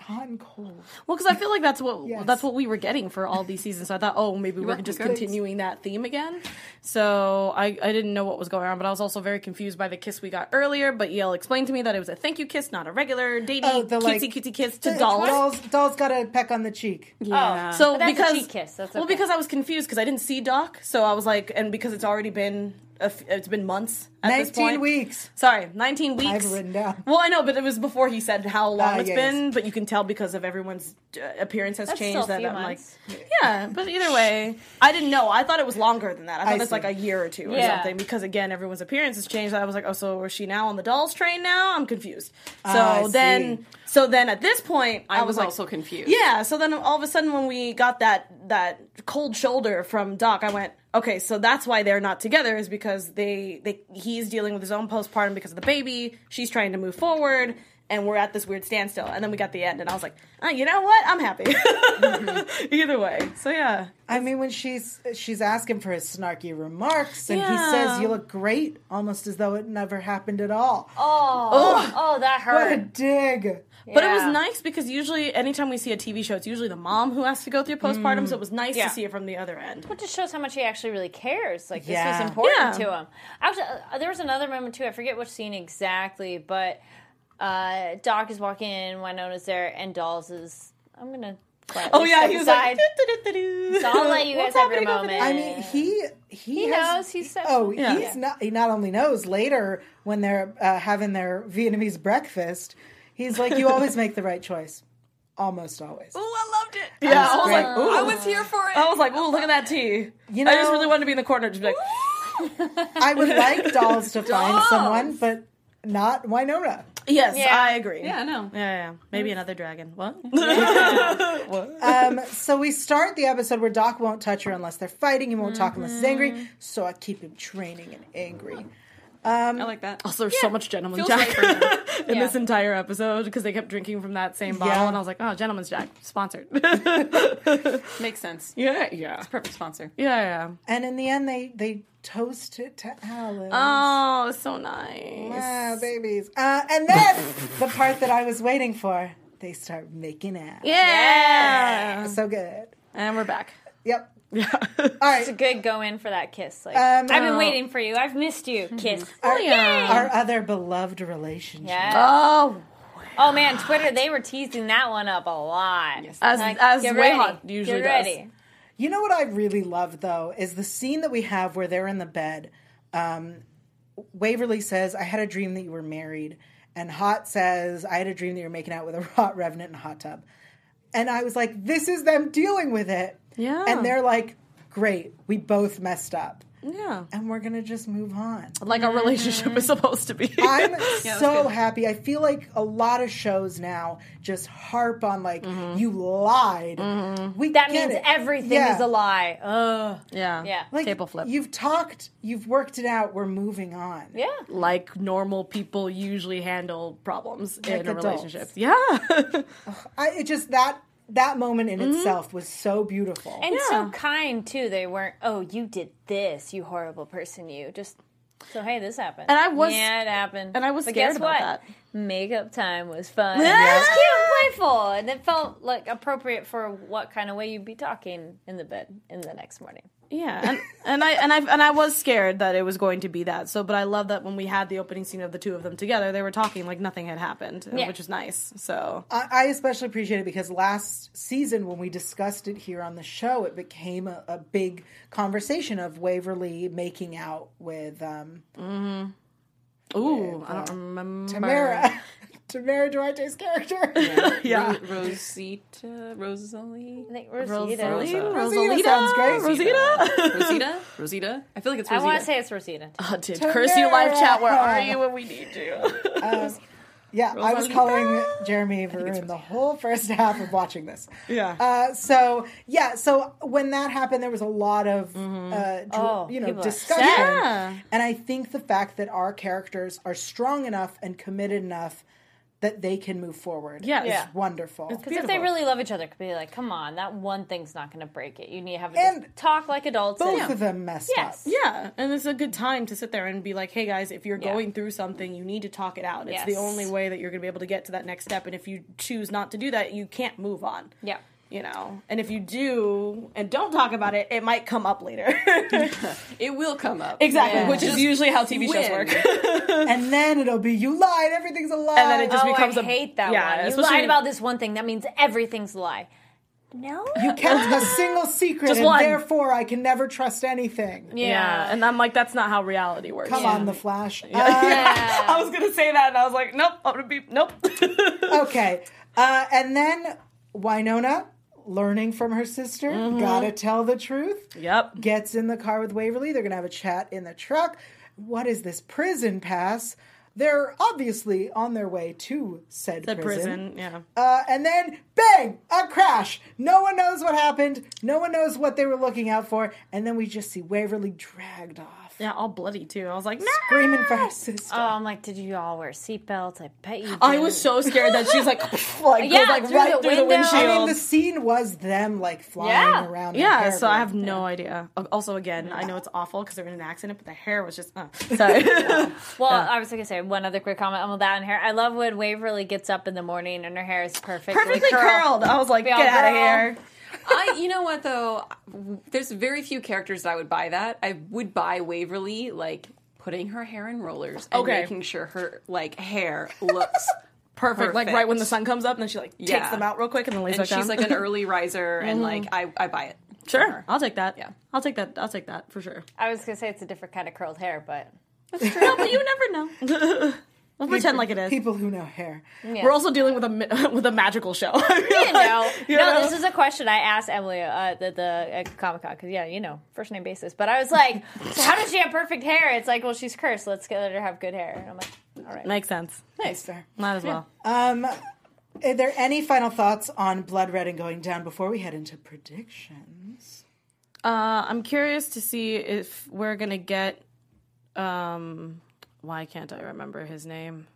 hot and cold.
Well, because I feel like that's what
Yes.
that's what we were getting for all these seasons. So I thought, oh, maybe we're
welcome,
just
guys.
continuing that theme again. So I, I didn't know what was going on, but I was also very confused by the kiss we got earlier. But Yale explained to me that it was a thank you kiss, not a regular datey cutesy cutesy kiss to
Oh, the-
Dolls.
Dolls, dolls got a peck on the cheek.
Yeah.
So
Oh. But that's a
because
cheek kiss, that's
well,
okay.
because I was confused because I didn't see Doc, so I was like, and because it's already been a f it's been months at this point.
Nineteen weeks.
Sorry, 19 weeks.
have it written down.
Well, I know, but it was before he said how long
Ah,
it's
yeah,
been, but you can tell because of everyone's uh, appearance has
That's
changed
still a
that
few
I'm
months.
like Yeah, but either way, I didn't know. I thought it was longer than that. I thought
I
it's
see.
like a year or two or
Yeah.
something because again, everyone's appearance has changed. I was like, "Oh, so is she now on the dolls train now?" I'm confused. So
Ah, I
then
see.
so then at this point, I,
I was,
like,
also confused.
yeah, so then all of a sudden when we got that that cold shoulder from Doc, I went, "Okay, so that's why they're not together is because they they he's dealing with his own postpartum because of the baby, she's trying to move forward." And we're at this weird standstill, and then we got the end, and I was like, oh, "You know what? I'm happy."
Mm-hmm.
<laughs> Either way, so yeah,
I mean, when she's she's asking for his snarky remarks, and he
Yeah.
says, "You look great," almost as though it never happened at all.
Oh, oh, that
What a
hurt.
dig!
but it was
Yeah.
nice because usually, anytime we see a TV show, it's usually the mom who has to go through postpartum, so it was nice
Mm. Yeah.
to see it from the other end.
It just shows how much he actually really cares. Like this
Yeah.
was important
Yeah.
to him. Actually, uh, there was another moment too. I forget which scene exactly, but uh, Doc is walking in, Winona's there, and Dolls is. I'm gonna.
Oh yeah, he was like,
aside. So I'll let you guys
What's
have your
happening over
moment.
I mean, he he,
He
has-
knows, he's so-
oh
Yeah.
he's not he not only knows later when they're uh, having their Vietnamese breakfast, he's like you always make the right choice, almost always.
Ooh, I loved it.
Yeah, I was
great.
like, ooh.
I was here for it.
I was like, ooh, look at that tea.
You
I just
know-
really wanted to be in the corner and just be like,
I would like dolls to find someone, but not Winona.
yes,
Yeah.
I agree.
yeah, no.
Yeah, yeah, yeah. Maybe another dragon. What?
Um, so we start the episode where Doc won't touch her unless they're fighting. He won't talk unless he's angry. So I keep him training and angry.
I like that.
<laughs> also, there's so much gentleman
Feels
Jack
right for
in <laughs> this entire episode because they kept drinking from that same bottle,
Yeah.
and I was like, oh, gentleman's Jack <laughs> sponsored.
Makes sense.
yeah, yeah,
Perfect
<laughs>
sponsor.
yeah, yeah.
And in the end, they they toast it to Alice.
Oh, so nice.
Ah, babies. Uh, and then the part that I was waiting for, they start making out.
Yeah.
So good.
and we're back.
Yep.
Yeah.
All
It's a
right.
good go in for that kiss. Like
Um,
I've been waiting for you. I've missed you. Kiss.
oh <laughs> yeah.
Our other beloved relationship.
Yeah.
Oh,
Oh man, Twitter they were teasing that one up a lot.
as
Like,
Uh, as
get
way
ready.
hot usually
get
does.
ready.
You know what I really love though is the scene that we have where they're in the bed. Um, Waverly says, "I had a dream that you were married," and Hot says, "I had a dream that you were making out with a <laughs> hot revenant in a hot tub." And I was like, "This is them dealing with it."
Yeah.
And they're like, "Great, we both messed up,
Yeah,
and we're gonna just move on."
like our relationship <laughs> is supposed to be.
<laughs>
I'm so happy. I feel like a lot of shows now just harp on like you lied. We
Mm-hmm.
get
That means
it.
everything
Yeah.
is a lie. Oh, Ugh.
yeah,
Yeah.
Like,
Table flip.
You've talked. You've worked it out. We're moving on.
Yeah.
like normal people usually handle problems in a
adults.
relationship. Yeah.
I, it just that that moment in itself was so beautiful.
Mm-hmm. And
Yeah.
so kind too. They weren't. Oh, you did this. You horrible person. You just. So hey, this happened.
And I was-
Yeah, it happened.
and I was
But
scared
guess
about
what?
that.
Makeup time was fun.
Yeah.
It was cute and playful, and it felt like appropriate for what kind of way you'd be talking in the bed in the next morning.
<laughs> yeah. And, and I and I and I was scared that it was going to be that. So but I love that when we had the opening scene of the two of them together, they were talking like nothing had happened, uh,
Yeah.
which was nice. So
I, I especially appreciate it because last season when we discussed it here on the show, it became a, a big conversation of Waverly making out with um,
ooh, I don't remember.
Tamara. <laughs> Tamara Duarte's
<laughs>
character. <laughs>
Yeah.
Ro- Rosita, Rosalie,
I think Rosita.
Rosalita.
Rosita sounds great.
Rosita. <laughs>
Rosita, Rosita. I feel like it's
I
Rosita.
want to say it's Rosita.
Oh, dude, curse you live chat. Where are you when we need you? <laughs>
Um, Yeah, I was calling Jeremy Varun the whole first <laughs> half of watching this.
Yeah.
Uh, so yeah, so when that happened, there was a lot of uh,
Mm-hmm.
dr-
Oh,
you know
people are
discussion,
upset.
and I think the fact that our characters are strong enough and committed enough that they can move forward.
Yes.
is
Yeah.
wonderful.
Because if they really love each other, it could be like, come on, that one thing's not going to break it. You need to have a
And
talk like adults.
Both
and,
of them messed
Yes.
up.
Yeah, and it's a good time to sit there and be like, "Hey guys, if you're going through something, you need to talk it out. It's the
Yes.
only way that you're going to be able to get to that next step. And if you choose not to do that, you can't move on.
Yeah.
you know. And if you do and don't talk about it, it might come
<laughs>
up later. <laughs>
It will come up.
exactly,
Yeah.
which is usually how TV shows work.
And then it'll be you lied, everything's a lie.
And then it just
oh,
becomes
I
a
hate that
yeah,
one. You
especially-
lied about this one thing. That means everything's a lie. No.
you kept a
<laughs>
single secret, and
one.
therefore I can never trust anything.
Yeah. and I'm like, that's not how reality works.
Come on, the Flash. Uh,
I was gonna say that, and I was like, nope, I'm gonna be nope. <laughs>
Uh, okay, uh, and then Winona, learning from her sister,
Mm-hmm.
gotta tell the truth.
yep.
gets in the car with Waverly. They're going to have a chat in the truck. What is this prison pass? They're obviously on their way to said
The
prison.
prison. Yeah.
Uh, and then, bang, a crash. No one knows what happened. No one knows what they were looking out for. And then we just see Waverly dragged off,
Yeah, all bloody too. I was like,
screaming for her sister.
Oh, I'm like, did you all wear seatbelts? I bet you. Did.
I was so scared that she's like, <laughs> like,
Yeah,
goes, like
through
right
the
through the
window.
windshield.
I
I mean, the scene was them like flying
Yeah.
around. in
yeah,
hair
so I
glue.
have no idea. Al- Also, again, I know it's awful because they're in an accident, but the hair was just uh, sorry.
Well, I was gonna say one other quick comment on that and hair. I love when Waverly gets up in the morning and her hair is perfectly,
<laughs> perfectly curled. I was like,
Be all
get out of
girl.
here.
<laughs>
<laughs>
I, you know what though, there's very few characters that I would buy that. I would buy Waverly like putting her hair in rollers and
Okay.
making sure her like hair looks
<laughs> Perfect. Like right when the sun comes up, and then she like takes
Yeah.
them out real quick and then lays
and
back down. Mm-hmm.
she's like an early riser and like I, I buy it.
<laughs> sure, I'll take that.
Yeah.
I'll take that. I'll take that for sure.
I was gonna say it's a different kind of curled hair, but
no, but you <laughs> never know. we'll pretend like it is.
people who know hair.
We're also dealing with a mi- <laughs> with a magical show.
you know,
You
no,
know?
this is a question I asked Emily uh, at the, at Comic Con because yeah, you know, first name basis. But I was like, <laughs> so how does she have perfect hair? It's like, well, she's cursed. Let's get let her have good hair. And I'm
<laughs>
like, all right.
<laughs> Makes sense.
Nice, fair.
Might as well.
Are there any final thoughts on Blood Red and going down before we head into predictions?
Uh, I'm curious to see if we're gonna get. Um, why can't I remember his name?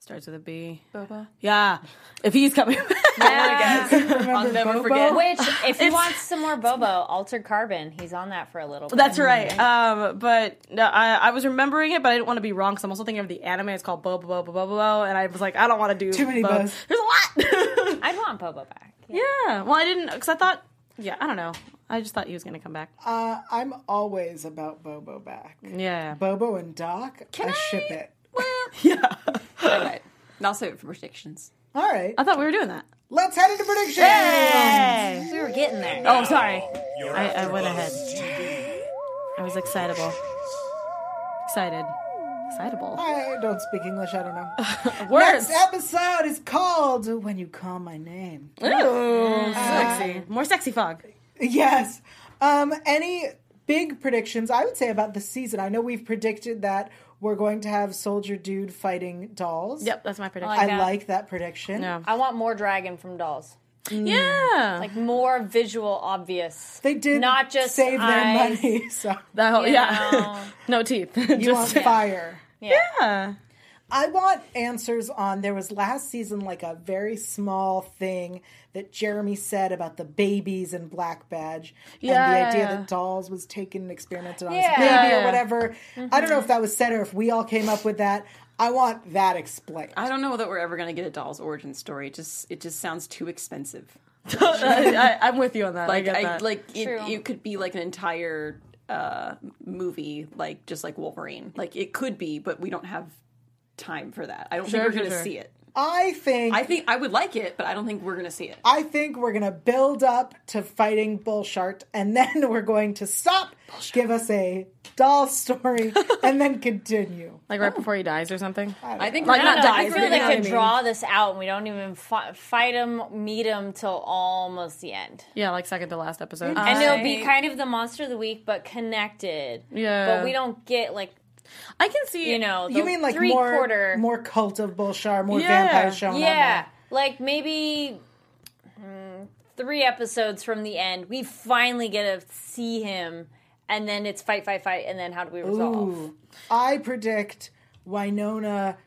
Starts with a B. Boba. Yeah, if he's coming.
<laughs>
back. <laughs>
I'll never forget.
Which, if you want some more Bobo, Altered Carbon, he's on that for a little bit.
That's right. Um, but no, I, I was remembering it, but I didn't want to be wrong because I'm also thinking of the anime. It's called Boba Boba Boba Bo, and I was like, I don't want to do
Too many
Bo-
Bos.
There's a lot. <laughs>
I'd want Bobo back. Yeah.
yeah. Well, I didn't because I thought. Yeah, I don't know. I just thought he was gonna come back.
Uh, I'm always about Bobo back.
yeah.
Bobo and Doc, I ship it.
<laughs> yeah.
All right. And I'll save it for predictions.
All right,
I thought we were doing that.
let's head into predictions.
We were getting there.
Oh, sorry.
You're
I, I
After
went
Buzz
ahead.
TV.
I was excitable. Excited. Excitable.
I don't speak English. I don't know.
Words.
Next episode is called "When You Call My Name."
Ooh, sexy. More sexy fog.
Yes. Um, any big predictions I would say about the season? I know we've predicted that we're going to have Soldier Dude fighting dolls.
Yep, that's my prediction.
I
Yeah.
like that prediction.
Yeah.
I want more dragon from dolls.
yeah.
Like more visual, obvious.
They did
Not just
save their
eyes,
money. <laughs> So
that whole,
you
yeah. <laughs>
know.
no teeth.
you
Just-
want fire.
<laughs> yeah.
I want answers on there was last season like a very small thing that Jeremy said about the babies and Black Badge and the idea
Yeah.
that dolls was taken and experimented on
Yeah.
as baby or
Yeah.
whatever. I don't know
Mm-hmm.
if that was said or if we all came up with that. I want that explained.
I don't know that we're ever gonna get a doll's origin story. It just it just sounds too expensive.
I, I, am with you on that. I
Like
get
I,
that.
like it,
True.
it could be like an entire uh movie, like just like Wolverine. Like it could be, but we don't have time for that. I don't
Sure,
think we're
sure,
gonna
sure.
see it.
I think
I think I would like it, but I don't think we're gonna see it.
I think we're gonna build up to fighting Bullshart, and then <laughs> we're going to stop, give us a doll
<laughs>
story, and then continue.
like right before he dies or something.
I think
Like,
we're
I
not
don't know. I
dying.
feel they
know what I
could
mean?
draw this out, and we don't even fi- fight him, meet him till almost the end.
Yeah, like second to last episode.
and it'll be kind of the monster of the week, but connected.
Yeah.
but we don't get like
I can see
you know. The
You mean like
three
more
quarter?
more cult of Bolshar, more
Yeah.
vampires showing up?
yeah, like maybe mm, three episodes from the end, we finally get to see him, and then it's fight, fight, fight, and then how do we resolve?
Ooh. I predict Winona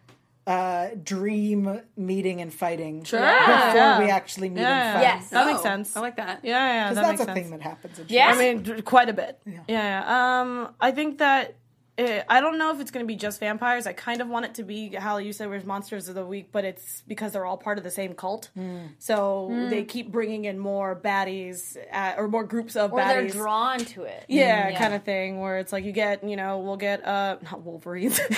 uh, dream meeting and fighting
Sure.
before
Yeah.
we actually meet
Yeah.
and fight.
Yes.
That makes
Oh,
sense.
I like that.
Yeah, yeah, that
Because
makes
that's a
sense.
thing that happens. in
Yeah.
shows.
I mean, d- quite a bit. Yeah. yeah. Um, I think that eh, I don't know if it's going to be just vampires. I kind of want it to be how you said, "Where's monsters of the week," but it's because they're all part of the same cult, so they keep bringing in more baddies uh or more groups of
Or they're
baddies.
drawn to it. <laughs>
yeah,
Yeah.
kind of thing where it's like you get, you know, we'll get uh not wolverines, <laughs>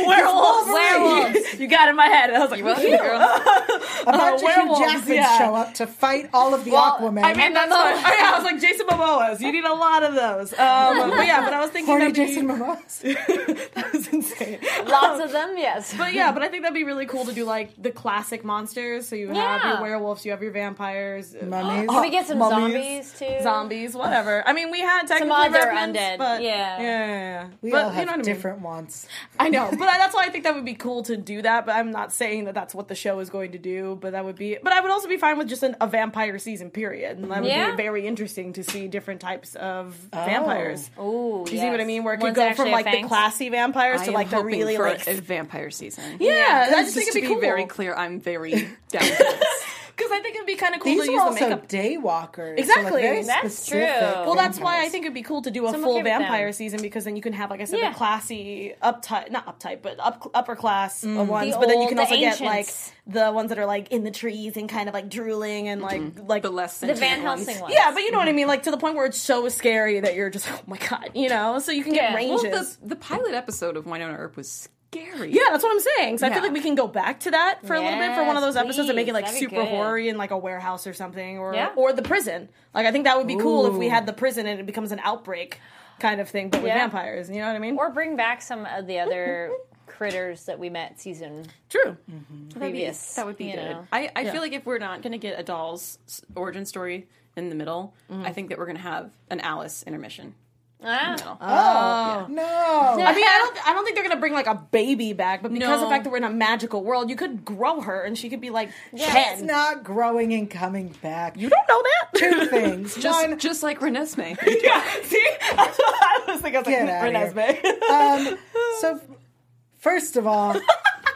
werewolves,
Werewolves.
you got in my head. I was like,
Well, girl.
a
<laughs>
bunch of Hugh
werewolves,
Jackmans
yeah.
show up to fight all of the Aquaman.
I mean, that's what, <laughs> yeah, I was like Jason Momoa's. You need a lot of those. Um, but yeah, but I was thinking
Forty
that'd be-
Jason Momoas.
<gasps> <laughs> that was insane. Um,
Lots of them, yes.
But yeah, but I think that'd be really cool to do like the classic monsters. So you have
Yeah.
your werewolves, you have your vampires, uh,
Mummies.
<laughs> Can we get some
Mummies.
zombies too?
zombies, whatever. I mean, we had technically
other
remnants,
undead,
but
yeah.
yeah, yeah, yeah.
We
but
all
you know
have
what
different wants.
<laughs>
I mean. I know, but that's why I think that would be cool to do that. But I'm not saying that that's what the show is going to do. But that would be. But I would also be fine with just an, a vampire season period, and that would
Yeah.
be very interesting to see different types of vampires.
Oh. Ooh,
You see what I mean? Where it could
Ones
go
that
from
actually
like
have
the
fangs.
classy vampires
I
to
am
like the
hoping
really
for
like
a vampire season.
yeah. I just
Just
think it'd
To
be
be
cool.
very clear, I'm <laughs> very down
<laughs>
with this.
Because I think it'd be kind of cool
These
to
are
use
also
the makeup.
daywalkers. So
Exactly.
like very
That's
specific
true. Well,
Well, that's why I
vampires.
think it'd be cool to do a
So I'm
full
okay with
vampire
them.
season because then you can have, like I said,
Yeah.
the classy, uptight, not uptight, but up, upper class uh, ones.
Mm. The
but then you
old-
can
the
also get like
ancients.
the ones that are like in the trees and kind of like drooling and like
Mm-hmm.
like
The less
The
sentient
Van
ones.
Helsing one.
Yeah, but you know what I mean, like to the point where it's so scary that you're just oh my god, you know. So you can get
Yeah.
ranges.
Well,
Well, Oh, the, the pilot episode of Winona Earp was scary.
Yeah, that's what I'm saying. So I
Yeah.
feel like we can go back to that for a little bit for one of
Yes,
those episodes and make it
please.
like
That'd be
super
good.
hoary in like a warehouse or something, or
Yeah.
or the prison. Like I think that would be cool if we had the prison and it becomes an outbreak kind of thing, but with
Yeah.
vampires. You know what I mean?
Or bring back some of the
<laughs>
other critters that we met season
true.
Mm-hmm.
That'd be-
previous,
That would be
you
good.
know.
I, I feel like if we're not going to get a doll's s- origin story in the middle,
Mm.
I think that we're going to have an Alice intermission.
Ah.
Oh. No.
Oh, I mean, I don't. I don't think they're gonna bring like a baby back, but because of the
No.
fact that we're in a magical world, you could grow her and she could be like
It's <laughs>
ten.
not growing and coming back.
you don't know that.
Two things.
Just,
One,
just like Renesmee.
<laughs>
<laughs>
yeah. See, <laughs> that's what I was thinking. I was like,
Get outta here.
Renesmee.
um, so first of
<laughs>
all,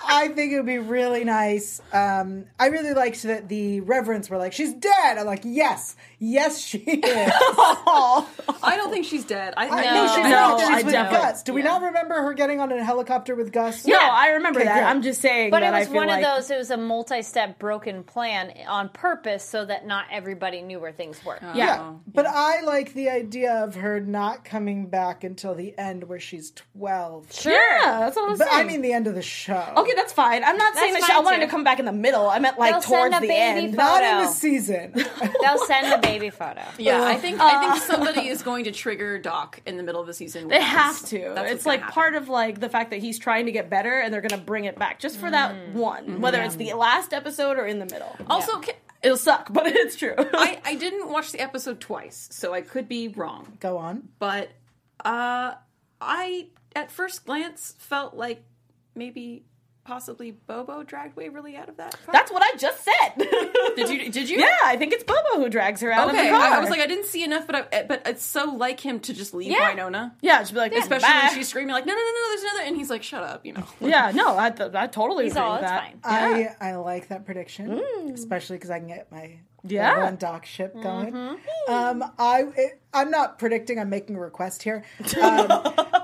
I think it would be really nice. Um, I really liked that the reverends were like, "She's dead." I'm like, "Yes, yes, she
<laughs>
is."
I don't think she's dead. I,
I- no, she's
I
not.
no,
She's
I
with
definitely-
Gus. Do we not remember her getting on a helicopter with Gus?
<laughs> No, I remember
Okay,
that.
good.
I'm just saying.
But
that
it
I
was
feel
one
like-
of those. It was a multi-step broken plan on purpose, so that not everybody knew where things were.
Uh-huh.
Yeah.
Yeah, but I like the idea of her not coming back until the end, where she's twelve.
Sure.
Yeah, that's what I'm
But I
saying.
mean, the end of the show.
okay, that's fine. I'm not saying that
That's
she, I
fine,
wanted
too.
to come back in the middle. I meant like
They'll
towards
send a
the
baby
end.
photo.
not in the season. <laughs>
They'll send a baby photo.
Yeah, I think I think somebody is going to trigger Doc in the middle of the season.
They have to.
That's what's
it's
gonna
like
happen.
part of like the fact that he's trying to get better, and they're going to bring it back just for that one, whether it's the last episode or in the middle. Oh,
Also, ca-
It'll suck, but <laughs> it's true.
I I didn't watch the episode twice, so I could be wrong.
Go on.
But uh, I at first glance felt like maybe possibly Bobo dragged Waverly out of that. car.
that's what I just said.
Did you? Did you?
yeah, I think it's Bobo who drags her out of
Okay,
the car.
I, I was like, I didn't see enough, but I, but it's so like him to just leave
Yeah.
Winona,
yeah, she'd be like,
especially
"Bye."
when she's screaming like, no, no, no, no, there's another, and he's like, shut up, you
<laughs>
know.
Yeah, no, I, I totally
He's
agree
all.
with
It's
that.
fine.
I, I like that prediction,
Mm.
especially because I can get my
Yeah.
one dock ship
Mm-hmm.
going. Um, I it, I'm not predicting. I'm making a request
<laughs>
here. Um,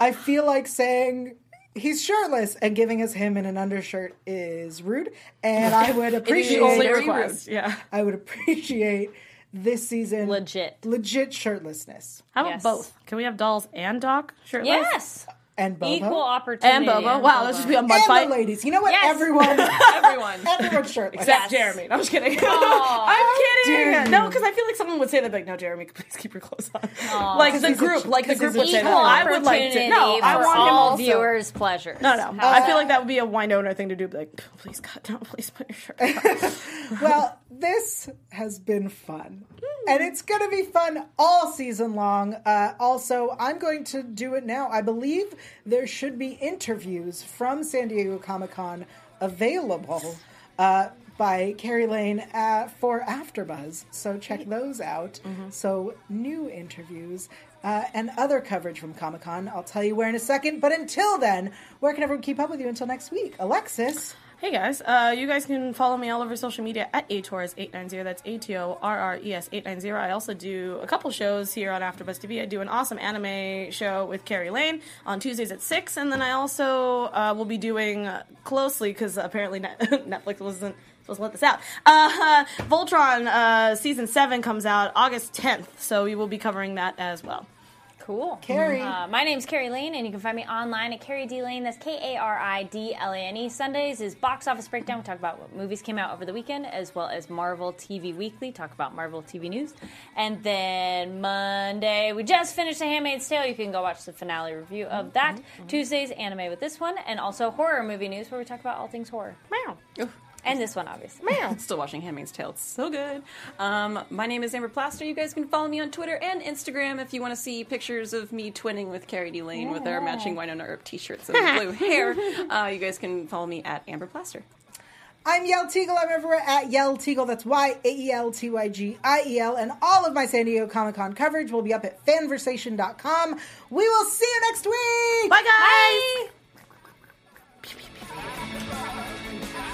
I feel like saying he's shirtless and giving us him in an undershirt is rude, and I
<laughs>
would appreciate.
Only
Very
request. Yeah.
I would appreciate this season
Legit.
legit shirtlessness
How about
Yes.
both? Can we have dolls and Doc shirtless?
Yes.
and Bobo
Equal opportunity.
And Bobo. Wow, that should be a mud
and
fight.
the ladies. You know what?
Yes.
Everyone,
Everyone,
<laughs>
everyone's shirtless.
Yes.
Except Jeremy. No, I'm just kidding. <laughs> I'm
dare
kidding.
you.
No, because I feel like someone would say that, like, no, Jeremy, <laughs> please keep your clothes on. Like the
he's a-
group, like the
'cause
group
he's a
would say that.
Equal
I would like
opportunity
to. No,
for
I want him
all
also.
viewers' pleasures.
No, no. I feel like that would be a Winona thing to do. Be like, please, God, no, please put your shirt. on.
Well, this has been fun. And it's going to be fun all season long. Uh, also, I'm going to do it now. I believe there should be interviews from San Diego Comic Con available uh, by Carrie Lane uh, for AfterBuzz. So check those out. So new interviews uh, and other coverage from Comic Con. I'll tell you where in a second. But until then, where can everyone keep up with you until next week? Alexis.
Hey guys, uh, you guys can follow me all over social media at atores890. That's A T O R R E S 890. I also do a couple shows here on AfterBuzz TV. I do an awesome anime show with Carrie Lane on Tuesdays at six, and then I also uh, will be doing uh, closely because apparently Net- <laughs> Netflix wasn't supposed to let this out. Uh, <laughs> Voltron uh, season seven comes out August tenth, so we will be covering that as well.
Cool.
Carrie.
Uh, my name's Carrie Lane, and you can find me online at Carrie D Lane. That's K A R I D L A N E. Sundays is box office breakdown. We talk about what movies came out over the weekend, as well as Marvel TV Weekly. Talk about Marvel TV news. And then Monday, we just finished The Handmaid's Tale. You can go watch the finale review of that. Tuesday's anime with this one, and also horror movie news, where we talk about all things horror.
Meow.
And this one, obviously.
Still watching Handmaid's Tale. It's so good. Um, my name is Amber Plaster. You guys can follow me on Twitter and Instagram if you want to see pictures of me twinning with Carrie D. Lane with our matching Winona Earp t-shirts and
<laughs>
blue hair. Uh, you guys can follow me at Amber Plaster.
I'm Yell Teagle. I'm everywhere at Yell Teagle. That's Y A E L T Y G I E L. And all of my San Diego Comic Con coverage will be up at fanversation.com. We will see you next week.
Bye guys.